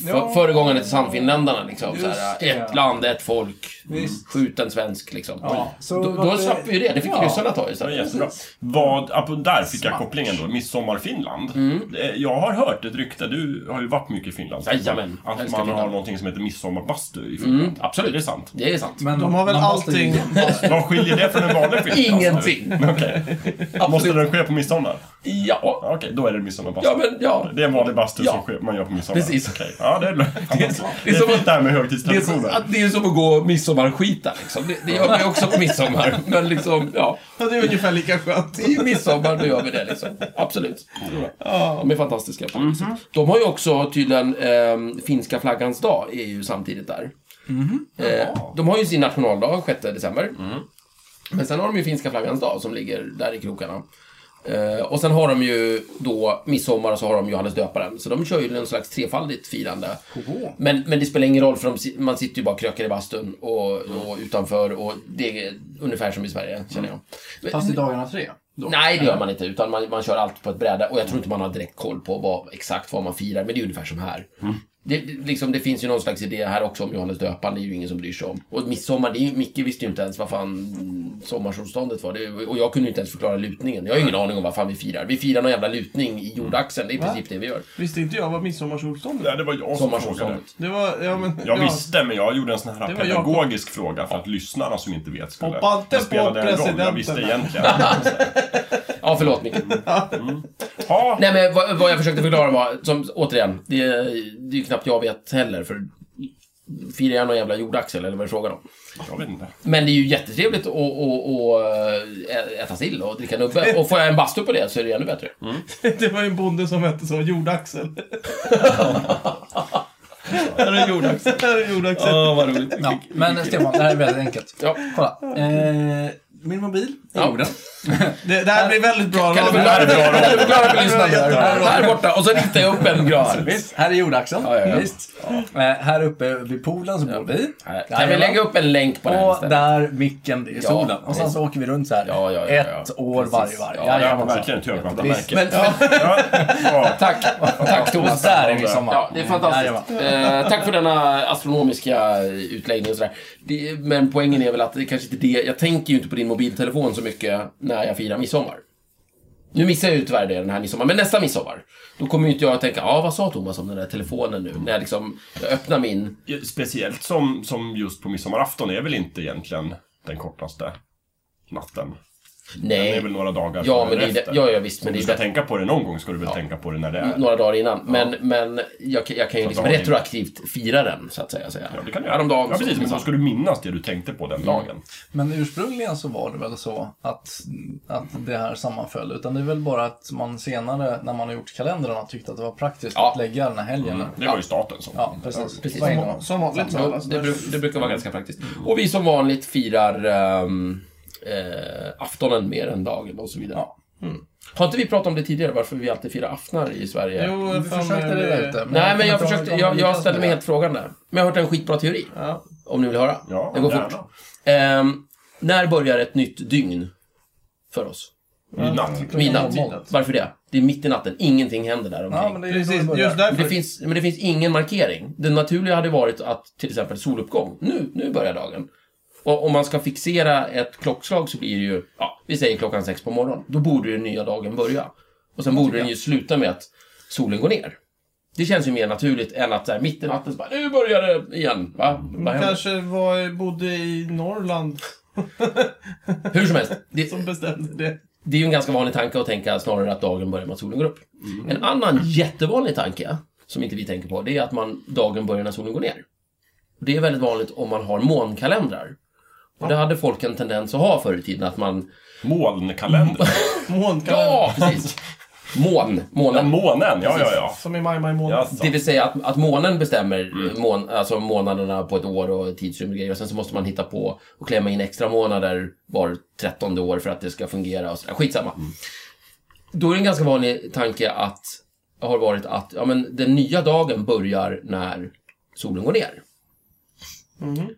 för, Ja. föregångaren till samfinländarna liksom. Så här, Just det. ett land, ett folk, Visst. skjut en svensk liksom. Ja, så då var då det- slapp vi ju det, det fick Ja. ryssarna ta Det var istället. jättebra. Vad, apropå- där fick jag kopplingen då, Midsommar-Finland. Mm. Eh, Jag har hört ett rykte, du har ju varit mycket i Finland. Jajamän, Att man älskar har Finland. någonting som heter midsommarbastu i Finland. Mm, absolut. Det är sant. Det är sant. Men De har väl man måste ju- allting... Vad skiljer det från en vanlig <laughs> film? Ingenting. Okej. Måste den ske på midsommar? Ja. Ja, Okej, då är det midsommarbastu. Ja, men ja. Det är en vanlig bastu Ja. som sker, man gör på midsommar. Precis. Okej. Ja, det är, det är, det det är är som fint det här Det är, som, med högtidstraditioner. att det är som att gå midsommarskita liksom. Det, det gör vi också på midsommar. <laughs> Men liksom, ja. <laughs> Ja, det är ungefär lika skönt. I midsommar, då gör vi det liksom. Absolut. De är fantastiska på det viset. De har ju också tydligen eh, finska flaggans dag, är ju samtidigt där. Mhm. Eh, de har ju sin nationaldag, 6 december. Mm. Men sen har de ju finska flaggans dag som ligger där i krokarna. Eh, och sen har de ju då midsommar och så har de Johannes döparen. Så de kör ju en slags trefaldigt firande. Men, men det spelar ingen roll för de, si- man sitter ju bara och krökar i bastun och, och utanför och det är ungefär som i Sverige, känner jag. Men- Fast i dagarna tre. Då. Nej, det gör man inte. Utan man, man kör allt på ett bräde. Och jag tror inte man har direkt koll på vad, exakt vad man firar. Men det är ungefär som här. Det, det- liksom, det finns ju någon slags idé här också om Johannes döparen. Det är ju ingen som bryr sig om. Och midsommar, det är ju, Micke visste ju inte ens vad fan sommarsolståndet var. Det, och jag kunde ju inte ens förklara lutningen. Jag har ingen aning om vad fan vi firar. Vi firar någon jävla lutning i jordaxeln. Det är i princip det vi gör. Visste inte jag vad midsommarsolståndet Nej, det var jag som frågade. Sommarsolståndet. Det var... Ja, men... Jag ja. visste, men jag gjorde en sån här Det var jag. pedagogisk fråga för att lyssnarna som inte vet skulle... Hoppa inte Det på spelade en roll, Jag presidenten. visste egentligen. Ja, förlåt Micke. Ja, Nej, men vad, vad jag försökte förklara var, som, återigen, det, det är ju knappt jag vet heller. För firar jag någon jävla jordaxel eller vad är det frågan om? jag vet inte. Men det är ju jättetrevligt att, att, att, att äta sill och dricka nubbe. Och får jag en bastu på det så är det ännu bättre. <laughs> Det var ju en bonde som hette så, Jordaxel. <laughs> Här är jordaxeln. Jordaxel. vad roligt. Ja, men Stefan, det här är väldigt enkelt. Ja. Kolla. Eh, min mobil är Ja. jorden. Det, det här blir väldigt bra. Kan du radio. förklara Det kan här är bra du förklara för lyssnarna? Jättebra. Här borta, och så ritar jag upp en gran. Visst, här är jordaxeln. Ja, ja, ja. Visst. Eh, här uppe vid poolen så bor vi. Här. Där Kan vi är lägga man. upp en länk på det här Och istället? där micken, det är Ja, solen. och sen visst. så åker vi runt så här. Ja, ja, ja, ja. Ett år Precis. varje varje. Ja, Ja, Jajamensan. verkligen ett Visst. högkvantamärke. Men, men, Ja, ja. tack, tack Och Thomas. där är vi i sommar. Ja, det är fantastiskt. Eh, tack för denna astronomiska utläggning och sådär. Det, men poängen är väl att det kanske inte är det. Jag tänker ju inte på din mobiltelefon så mycket när jag firar midsommar. Nu missar jag ju tyvärr det den här midsommar, men nästa midsommar. Då kommer ju inte jag att tänka, ja ah, vad sa Thomas om den där telefonen nu? När jag liksom jag öppnar min... Speciellt som, som just på midsommarafton är väl inte egentligen den kortaste natten. Det är Nej. väl några dagar Ja, men det är, därefter. det- ja, ja visst, men Om det du är ska det. Mm. tänka på det någon gång ska du väl tänka på det när det är. några dagar innan. Men, men jag, kan- jag kan ju liksom dagen innan. retroaktivt fira den, så att säga. säga. Ja, det kan du Häromdagen Ja, så- precis. Men då ska du minnas det du tänkte på Mm. den dagen. Men ursprungligen så var det väl så att, att det här sammanföll. Utan det är väl bara att man senare, när man har gjort kalendrarna, tyckte att det var praktiskt Ja. Mm. att lägga den här helgen. Det var ju staten som... Ja, precis. precis. Vad är Som- Som vanligt så. Ja, Alltså, det, bru- det brukar vara ganska praktiskt. Och vi som vanligt firar ehm, eh, aftonen mer än dagen och så vidare. Mm. Ja. Har inte vi pratat om det tidigare, varför vi alltid firar aftnar i Sverige? Jo, Vi fan, försökte eh, det där ute. men Nej, men jag, kommer försökte, jag, inte ihåg om det jag lyckades ställde mig med helt frågan där. Men jag har hört en skitbra teori, Ja. om ni vill höra. Ja, det går gärna. fort. Ehm, när börjar ett nytt dygn för oss? Midnatt. Midnatt. Midnatt. Varför det? Det är mitt i natten. Ingenting händer där omkring. Ja, men det är ju så Precis, det börjar. just därför. Det finns, men det finns ingen markering. Det naturliga hade varit att till exempel soluppgång, nu, nu börjar dagen. Och om man ska fixera ett klockslag så blir det ju, ja, vi säger klockan sex på morgonen. Då borde den nya dagen börja. Och sen borde den ju sluta med att solen går ner. Det känns ju mer naturligt än att så här, mitt i natten så bara, nu börjar det igen. Va? Vad händer? Kanske var, bodde i Norrland Hur som helst, det, som bestämde det. det är ju en ganska vanlig tanke att tänka snarare att dagen börjar med att solen går upp. En annan jättevanlig tanke, som inte vi tänker på, det är att man, dagen börjar när solen går ner. Och Det är väldigt vanligt om man har månkalendrar. Och det hade folk en tendens att ha förr i tiden, att man... Molnkalender. Mm. Månkalender. Ja, precis! Mån, Ja, månen. månen, ja, ja, ja. Som i maj, maj månad. Jaså. Det vill säga att, att månen bestämmer mån, alltså månaderna på ett år och tidsrymd och grejer. Och sen så måste man hitta på och klämma in extra månader var trettonde år för att det ska fungera och sådär. Skitsamma. Då är det en ganska vanlig tanke att har varit att ja, men den nya dagen börjar när solen går ner. Det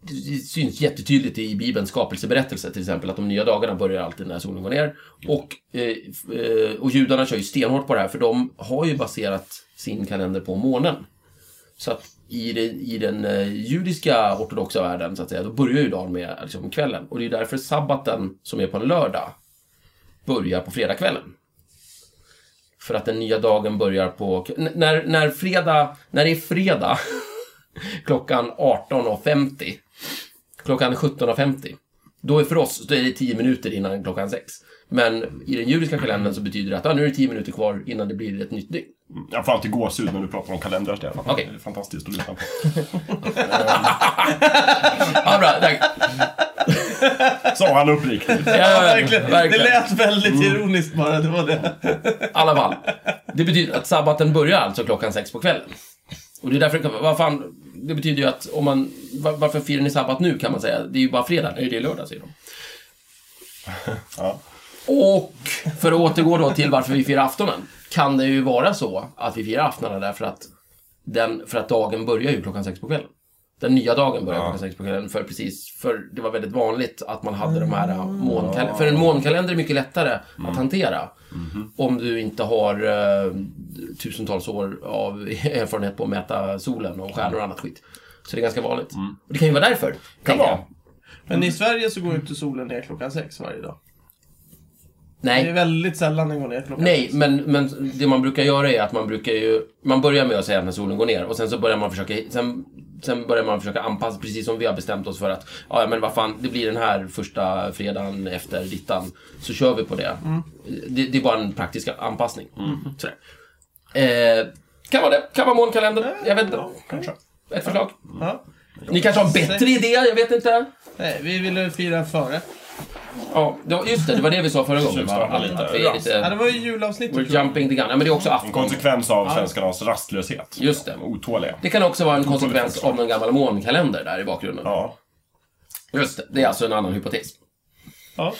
det syns jättetydligt i Bibelns skapelseberättelse till exempel att de nya dagarna börjar alltid när solen går ner. Och, eh, f- eh, och judarna kör ju stenhårt på det här för de har ju baserat sin kalender på månen. Så att i, det, i den eh, judiska ortodoxa världen så att säga, då börjar ju dagen med liksom, kvällen. Och det är därför sabbaten som är på en lördag börjar på fredagskvällen. För att den nya dagen börjar på... N- när, när, fredag, när det är fredag <laughs> klockan 18.50, klockan 17.50, då är för oss då är det 10 minuter innan klockan 6. Men i den judiska kalendern så betyder det att ah, nu är det 10 minuter kvar innan det blir ett nytt dygn. Mm. Jag får alltid gåshud när du pratar om kalendrar, Stefan. Okej. Det är fantastiskt att lyssna på. Ja, bra, <laughs> tack. Sa han uppriktigt. Ja, Verkligen. verkligen. Mm. Det lät väldigt ironiskt bara, det var det. I alla fall. Det betyder att sabbaten börjar alltså klockan sex på kvällen. Och det är därför det kan vara- vad fan, det betyder ju att om man, var, varför firar ni sabbat nu kan man säga. Det är ju bara fredag, nu är det lördag säger de. Ja. Och för att återgå då till varför vi firar aftonen. Kan det ju vara så att vi firar aftonen därför att, den, för att dagen börjar ju klockan sex på kvällen. Den nya dagen börjar klockan sex på kvällen för precis, för det var väldigt vanligt att man hade de här Mm. månkalendrarna. För en månkalender är mycket lättare att hantera. Om du inte har eh, tusentals år av <laughs> erfarenhet på att mäta solen och stjärnor och annat skit. Så det är ganska vanligt. Och det kan ju vara därför. tänker jag. vara. Men i Sverige så går ju inte solen ner klockan sex varje dag. Nej. Det är väldigt sällan den går ner klockan Nej, sex. men, men det man brukar göra är att man brukar ju... Man börjar med att säga att när solen går ner och sen så börjar man försöka... Sen, sen börjar man försöka anpassa, precis som vi har bestämt oss för att ja, men vad fan, det blir den här första fredagen efter dittan. Så kör vi på det. Det, det är bara en praktisk anpassning. Mm. Sådär. Eh, kan vara det. Kan vara månkalendern. Jag vet inte. Kanske. Ett förslag. Ja. Ni kanske har en bättre idé, jag vet inte. Nej, vi ville fira före. Ja, det var- just det. Det var det vi sa förra gången. va? Tjuvstarta lite. Att vi är Ja, det lite... var ju julavsnittet. We're tror jag. jumping the gun. Ja, men det är också En afton. konsekvens av svenskarnas rastlöshet. Just det. De är Otåliga. Det kan också vara en konsekvens förstå. av en gammal månkalender där i bakgrunden. Ja. Just det, det är alltså en annan hypotes. Ja.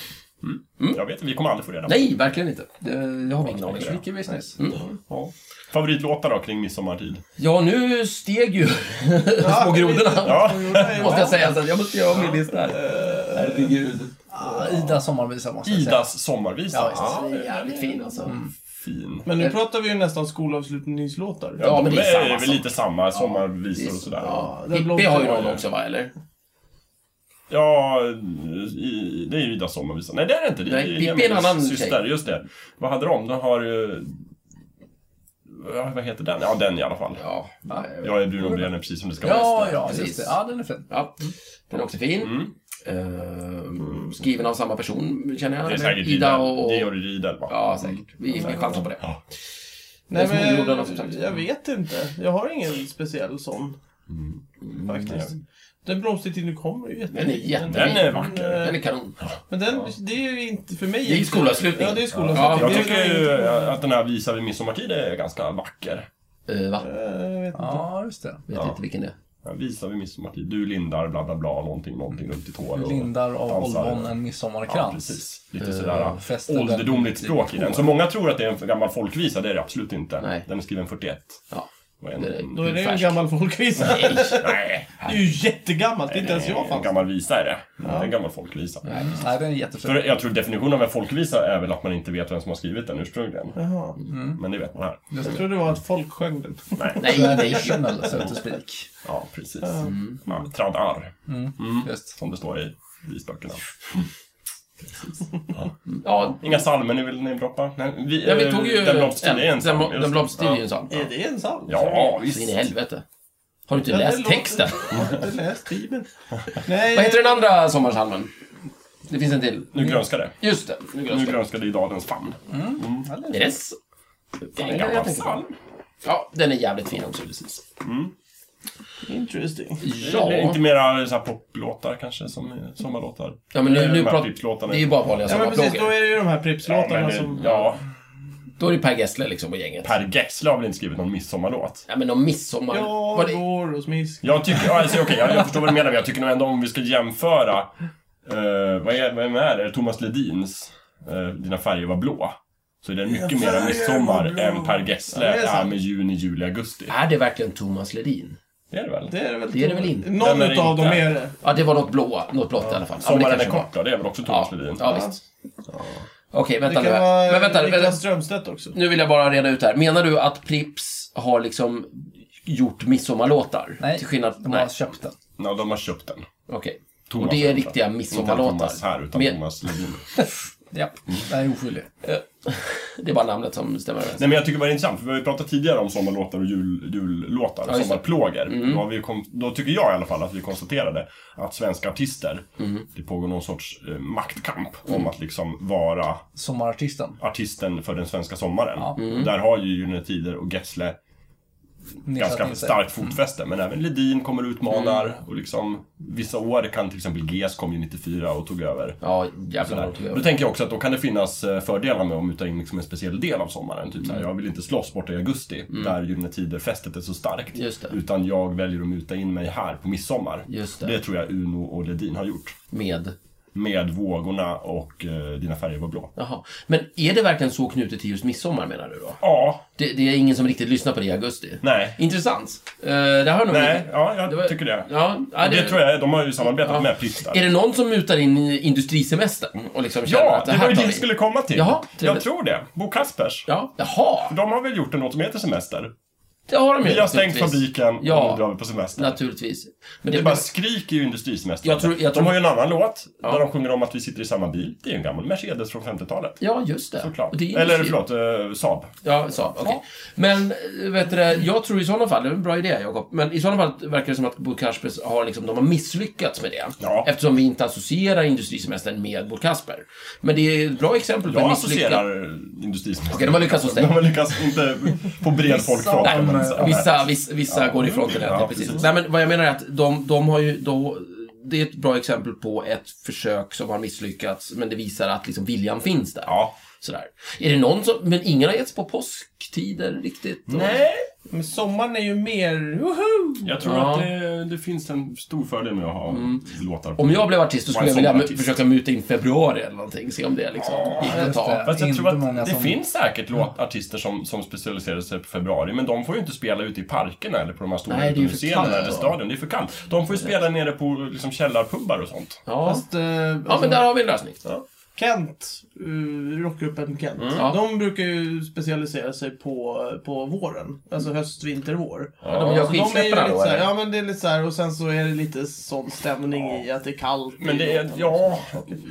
Jag vet vi kommer aldrig få reda på Mm. Nej, verkligen inte. Det, Eh, jag har ingen aning. Tricky business. Mm. Ja. Favoritlåtar då kring midsommartid? Ja, nu steg ju <laughs> små grodorna. Ja. Måste jag säga, så att jag måste göra om min lista här. Herregud. Ida sommarvisa måste jag säga. Idas sommarvisa. Ja, visst. Den är jävligt fin alltså. Fin. Men nu pratar vi ju nästan skolavslutningslåtar. Ja, men det är, samma väl sak. lite samma. Sommarvisor och sådär. Ja, Ja, den Pippi blomstrar har ju var någon också va, eller? i, det är ju Idas sommarvisa. Nej, det är det inte. Det Nej, Pippi är en Emils annan syster. Just det. Vad hade de? De har... eh, ja, vad heter den? Ja, den i alla fall. Ja. Jag är Bruno Brener precis som det ska vara. Just Ja, det. ja, Precis. just det. Ja, den är fin. ja. Den är också fin. Mm. Ehm, skriven av samma person, känner jag. Det är eller? säkert Ida Ida och... Georg Riedel, va? Mm. Ja, säkert. Vi, vi chansar på det. Ja. Det är Nej, små men grodorna, som sagt. jag, jag vet inte. Jag har ingen speciell sån. Faktiskt. Den blomstertid nu kommer ju jättefin. Mm. Den är jättefin. Den är vacker. Den är kanon. Men den, det är ju inte för mig. Det är ju skolavslutning. Ja, det är skolavslutning. Ja, Jag Det är tycker väl ju inte- att den här Visa vid midsommartid är ganska vacker. Eh, va? Eh, Jag vet inte. Ja, just det. Vet inte vilken det är. Ja, Visa vid midsommartid. Du lindar bla bla bla någonting, någonting runt ditt hår. Du och lindar av dansar. olvon en Ja, midsommarkrans. precis. Lite sådär Eh, fäster den ålderdomligt i språk i den. Så många tror att det är en gammal folkvisa, det är det absolut inte. Nej. Den är skriven 41. Ja. Vad är en, Då är det ju en Färsk. gammal folkvisa. Det nej, är ju jättegammalt, inte ens jag en fanns. gammal visa är det. Det är en gammal folkvisa. Mm. Nej, den är För jättefin. jag tror definitionen av en folkvisa är väl att man inte vet vem som har skrivit den ursprungligen. Mm. Jaha. Men det vet man här. Jag trodde det var att folk sjöng den. Nej. Nej, national, so to speak. Ja, precis. Ja, Tradar, Mm. Just. som det står i visböckerna. <laughs> Ja, Inga psalmer ni vill namedroppa? Nej, vi, ja, vi eh, tog ju Den blomstertid är en Den, psalm, blo- just den det. blomstertid är ju en psalm. Är det en psalm? Ja, Så in visst. i helvete. Har du inte Ja, det läst låter- texten? Jag har inte <laughs> läst Bibeln. Nej, Vad heter den andra sommarsalmen? Det finns en till. Nu grönskar det. Just det. Nu Nu glömde jag. grönskar det i dagens famn. Är det s- det är en gammal gammal psalm. Ja, den är jävligt fin också, precis. Interesting. Ja, Eller Inte mera så här poplåtar kanske, som är sommarlåtar. ja men nu, Eller nu de här pratar... Pripplåtarna. Det är ju bara vanliga Ja men precis, då sommarplågor. är det ju de här Ja, men Pripps-låtarna det- som... ja, Då är det Per Gessle liksom och gänget. Per Gessle har väl inte skrivit någon midsommarlåt? Ja, men om midsommar... Ja, var det... går och smisk. Jag tycker, alltså, okej, jag, jag förstår vad du menar, men jag tycker nog ändå om vi ska jämföra eh, vad är, vem är det? Är det Thomas Ledins eh, Dina färger var blå? Så är den mycket Dina mer färger midsommar var blå. än Per Gessle Ja, det är är sant. med juni, juli, augusti. Är det verkligen Thomas Ledin? Det är det väl? Det är det väl, Det är det väl inte. Någon Den är det utav dem inte. är det. Ja, det var något blåa. Något blått i alla fall. Ja, men det Sommaren är kanske var. kort då, det är väl också Thomas Ja, Ledin? ja visst. Okej, Det vänta kan nu. här. vara Men vänta, vänta, Niklas Strömstedt också. nu vill jag bara reda ut här. Menar du att Prips har liksom gjort midsommarlåtar? Nej, Till skillnad... de har Nej, köpt den. Ja, de har köpt den. okej. Thomas Och det är har köpt riktiga den. Inte Thomas här, midsommarlåtar? utan Med- Thomas Ledin. Ja, den är oskyldig. <laughs> Det är bara namnet som stämmer överens. Nej men jag tycker bara det är intressant, för vi har ju pratat tidigare om sommarlåtar och jul, jullåtar, just det. Mm. sommarplågor. Då, har vi ju kon- då tycker jag i alla fall att vi konstaterade att svenska artister, Mm. det pågår någon sorts eh, maktkamp om att liksom vara Sommarartisten. artisten för den svenska sommaren. Ja. Mm. Och Där har ju Gyllene Tider och Gessle Nischat ganska in sig. starkt Mm. fotfäste, men även Ledin kommer och utmanar och liksom vissa år kan till exempel GES kom ju 94 och tog över. Ja, jävlar vad Sådär. tog Då jag. tänker jag också att då kan det finnas eh, fördelar med att muta in liksom en speciell del av sommaren. Typ Mm. såhär, jag vill inte slåss borta i augusti, där Gyllene Tider-festet är så starkt. Just det. Utan jag väljer att muta in mig här på midsommar. Just det. det tror jag Uno och Ledin har gjort. Med. Med Vågorna och eh, Dina färger var blå. Jaha. Men är det verkligen så knutet till just midsommar menar du då? Ja, Det, det är ingen som riktigt lyssnar på det i augusti? nej. Intressant. Eh, det har jag nog Nej, ja, jag Det var- tycker det. Ja, ja, det... tror jag, de har ju samarbetat med Pripp där. Är det någon som mutar in i industrisemestern och liksom känner Ja, att det det här var ju tar det vi vi? skulle komma till. Jaha, jag trevligt. tror det. Bo Kaspers. Ja, jaha! De har väl gjort en låt som heter Semester? Det har de ju Vi har stängt naturligtvis. fabriken och Ja. nu drar vi på semester. Naturligtvis. Men Det det, bara skriker ju industrisemestern. Jag tror- jag tror- De har ju en annan låt där de sjunger om att vi sitter i samma bil. Det är ju en gammal Mercedes från 50-talet. Ja, just det. Såklart. Och det är Eller ju- förlåt, eh, Saab. Ja, så, okej. Men, eh, vet du det, jag tror i sådana fall, det är en bra idé Jakob, men i sådana fall verkar det som att Burt Kaspers har liksom, de har misslyckats med det. Ja. Eftersom vi inte associerar industrisemestern med Burt Kasper. Men det är ett bra exempel på Jag en misslyckad... associerar industrisemestern. Okej, de har lyckats hos dig. De har lyckats inte på bred folkfront. Nej, kan man säga. Vissa, vissa, vissa Ja. går ifrån till det. Ja, precis. precis. Nej, men vad jag menar är att de, de har ju då... Det är ett bra exempel på ett försök som har misslyckats, men det visar att liksom viljan finns där. Ja. Sådär. Är det någon som... Men ingen har gett sig på påsktider riktigt? och- Nej, Men sommaren är ju mer... Woho! jag tror Ja. Mm. att det, det finns en stor fördel med att ha låtar på. Om jag blev artist, då skulle Var jag en vilja mu- sommarartist. försöka muta in februari eller någonting. Se om det liksom gick att just ta. det. Fast jag Inte tror att många det som- finns säkert Mm. låt, artister som, som specialiserar sig på februari, men de får ju inte spela ute i parkerna eller på de här stora Nej, det är ju för kallt utemiljöerna eller då. stadion. Det är för kallt. De får ju spela nere på liksom, källarpubbar och sånt. Ja. Fast, eh, alltså, ja, men där har vi en lösning. Kent, uh, rockgruppen Kent, Ja. de brukar ju specialisera sig på, på våren. Alltså höst, vinter, vår. Ja, de gör Så de är ju skivsläpparna lite då, såhär, eller? ja men det är lite såhär, och sen så är det lite sån stämning i att det är kallt. Men det är, ja,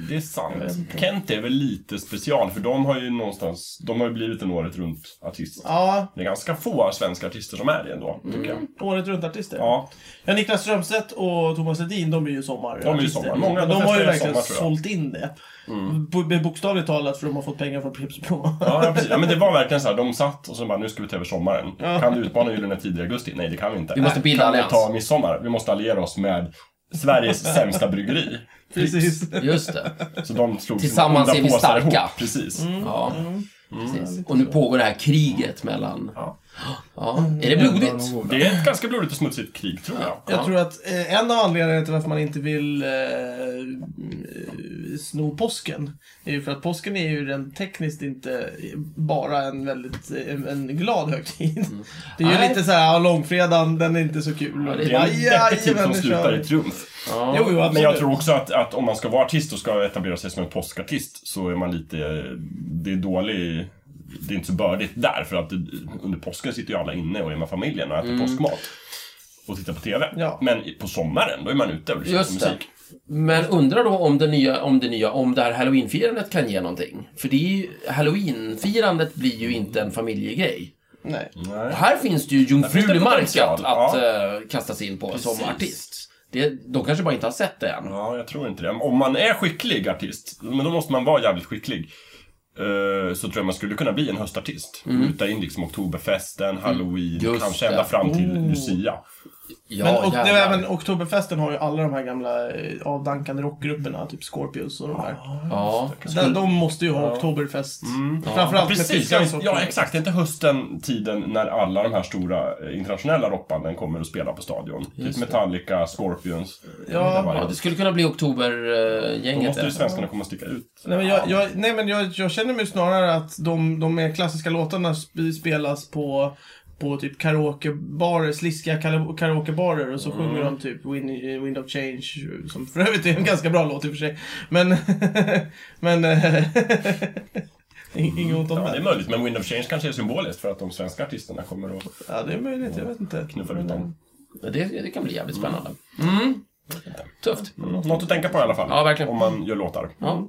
det är sant. Kent är väl lite special, för de har ju någonstans, de har ju blivit en året runt artist. Ja, Det är ganska få svenska artister som är det ändå, tycker Mm. jag. året runt artister. Ja, Ja, Niklas Strömstedt och Thomas Ledin, de är ju sommar. De är ju sommar. Många- de, de flesta har ju är ju verkligen sommar, tror jag. sålt in det. Mm. B- med bokstavligt talat för de har fått pengar från Pripps <laughs> Blå. ja, ja, precis. ja, men det var verkligen så här, de satt och så bara, nu ska vi ta över sommaren. Kan du utmana Gyllene Tider i augusti? Nej, det kan vi inte. Vi måste bilda kan vi allians. ta midsommar? Vi måste alliera oss med <laughs> Sveriges sämsta bryggeri. Precis. Just det. Så de slog sina Tillsammans onda är vi påsar starka. Mm. ihop. Precis. Ja. Precis. Och nu pågår det här kriget mellan... Ja. Ja. Är det blodigt? Det är ett ganska blodigt och smutsigt krig, tror jag. Jag Ja. tror att eh, en av anledningarna till varför man inte vill eh, sno påsken. är ju för att påsken är ju rent tekniskt inte bara en väldigt en, en glad högtid. Det är ju Nej. lite så här, ja, långfredagen, den är inte så kul. Ja, det Mm. Det är en Jajamän, deppig som nu slutar kör vi. i triumf. Ja. Jo, jo, absolut. Men jag tror också att, att om man ska vara artist och ska etablera sig som en påskartist så är man lite... Det är dålig... Det är inte så bördigt där för att det, under påsken sitter ju alla inne och är med familjen och äter Mm. påskmat. Och tittar på TV. Ja. Men i- på sommaren, då är man ute och lyssnar på Just det. musik. Men undrar då om det nya, om det nya, om det här halloweenfirandet kan ge någonting. För det är ju, halloweenfirandet blir ju inte en familjegrej. Nej. Nej. Och här finns det ju finns det jungfrulig mark potential, att, ja. att eh, kasta sig in på som Precis. artist. Det, de kanske bara inte har sett det än. Ja, jag tror inte det. Om man är skicklig artist, men då måste man vara jävligt skicklig. eh, Så tror jag man skulle kunna bli en höstartist. Muta in liksom Oktoberfesten, Halloween, Mm. Just kanske det. ända fram till Oh. Lucia. Ja, Men och, det, jävlar. även Oktoberfesten har ju alla de här gamla eh, avdankande rockgrupperna, typ Scorpius och de här. Ja. Där, de måste ju ha Oktoberfest. Mm. Ja, Framförallt med precis. tyskans Ja, rockgrupp. ja, exakt. Det är inte hösten tiden när alla de här stora eh, internationella rockbanden kommer och spelar på stadion. Typ Metallica, Scorpions. Ja. ja, det skulle kunna bli Då Oktobergänget. måste ju där. svenskarna komma och sticka ut. Nej, men, jag, jag, nej, men jag, jag känner mig snarare att de, de mer klassiska låtarna sp- spelas på, på typ karaokebarer, sliskiga kara- karaokebarer och så sjunger de typ Wind, Wind of Change, som för övrigt är en ganska bra låt i och för sig. Men... <laughs> men eh, <laughs> Inget ont om Ja, det är det. möjligt, men Wind of Change kanske är symboliskt för att de svenska artisterna kommer och Ja, det är möjligt. Jag vet inte. eh, knuffar ut dem. Mm. Det, det kan bli jävligt spännande. Mm. Tufft. Mm. Något att tänka på i alla fall. Ja, verkligen. Om man gör låtar. Ja.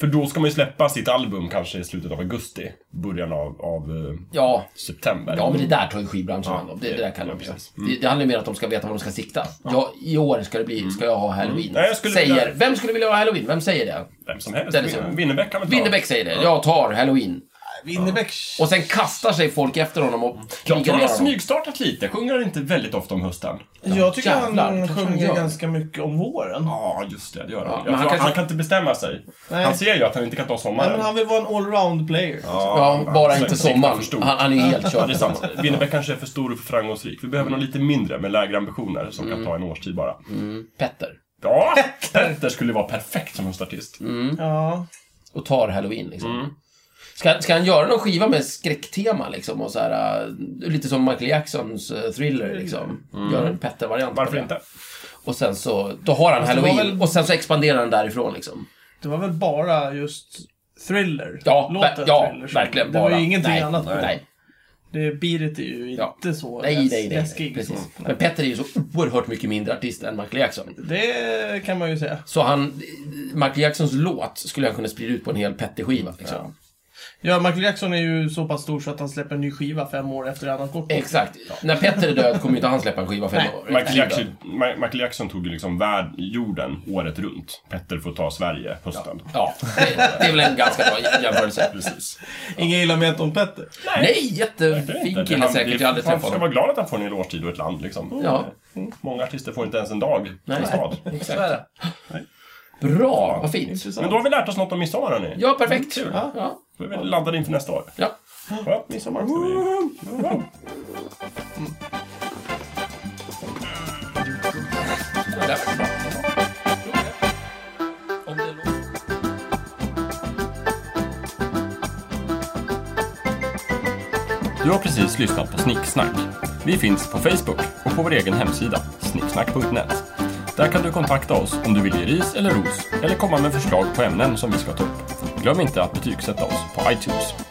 För då ska man ju släppa sitt album kanske i slutet av augusti, början av, av eh, ja, september. Ja, men det där tar ju skivbranschen Ja, hand om. Det, det det- där kan ja, de göra. precis. Det, det handlar ju mer om att de ska veta vad de ska sikta. Ja, I år ska det bli, ska jag ha halloween. Nej, Mm. jag skulle säger, vilja- Vem skulle vilja ha halloween? Vem säger det? Vem som helst. Det är det som- Winnerbäck kan väl ta- Winnerbäck säger det. Jag tar halloween. Winnerbäck. Och sen kastar sig folk efter honom och Jag krigar tror han har ner honom. smygstartat lite. Sjunger han inte väldigt ofta om hösten? Jag tycker Jävlar, han kanske han sjunger gör. ganska mycket om våren. Ja, just det. Det gör han. Ja, men jag tror han han, kanske- han kan inte bestämma sig. Nej. Han ser ju att han inte kan ta Nej, sommaren. men han vill vara en allround player. Ja, bara han- inte siktar sommaren. för stort. Han, han är ju helt Ja, körd. det är sant. Winnerbäck kanske är för stor och för framgångsrik. Vi behöver någon lite mindre med lägre ambitioner som Mm. kan ta en årstid bara. Petter. Ja, Petter skulle vara perfekt som höstartist. Mm. Ja. Och tar halloween liksom. Mm. Ska, ska han göra någon skiva med skräcktema liksom? Och så här, äh, lite som Michael Jacksons äh, thriller liksom. Gör en Petter-variant. på Mm. Varför det. inte? Och sen så, då har han Fast det var halloween. väl- Och sen så expanderar han därifrån liksom. Det var väl bara just Thriller? Ja, Låten ver- ja Thriller. som- verkligen. Det bara. var ju ingenting nej, annat. Nej, Det, beatet är ju Ja. inte så nej, läs- nej, nej, nej. läskig. Precis. så. Men Petter är ju så oerhört mycket mindre artist än Michael Jackson. Det kan man ju säga. Så han, Michael Jacksons låt skulle han kunna sprida ut på en hel Petter-skiva. Liksom. Ja. Ja, Michael Jackson är ju så pass stor så att han släpper en ny skiva fem år efter han har gått bort. Exakt. När Petter är död kommer ju inte han släppa en skiva fem Nej. år. Michael Jackson, Ma- Michael Jackson tog ju liksom värld, jorden året runt. Petter får ta Sverige hösten. Ja, det, det är väl en ganska bra jä- jämförelse. Precis. Ingen illa ment om Petter. Nej, Det är jättefin inte- kille han- säkert. det- Jag har aldrig Man träffat ska honom. vara glad att han får en hel årstid och ett land liksom. Ja. Mm. Många artister får inte ens en dag i Nej. en stad. Så är <laughs> det. Bra, vad fint. Men Intressant. då har vi lärt oss något om midsommar hörni. Ja, perfekt. Kul. Ja, Då är vi laddade inför nästa år. ja. Skönt. Midsommar. Ska vi- Wow. Det där var bra. Om det låter- Du har precis lyssnat på Snicksnack. Vi finns på Facebook och på vår egen hemsida, snicksnack.net. Där kan du kontakta oss om du vill ge ris eller ros eller komma med förslag på ämnen som vi ska ta upp. Glöm inte att betygsätta oss på iTunes.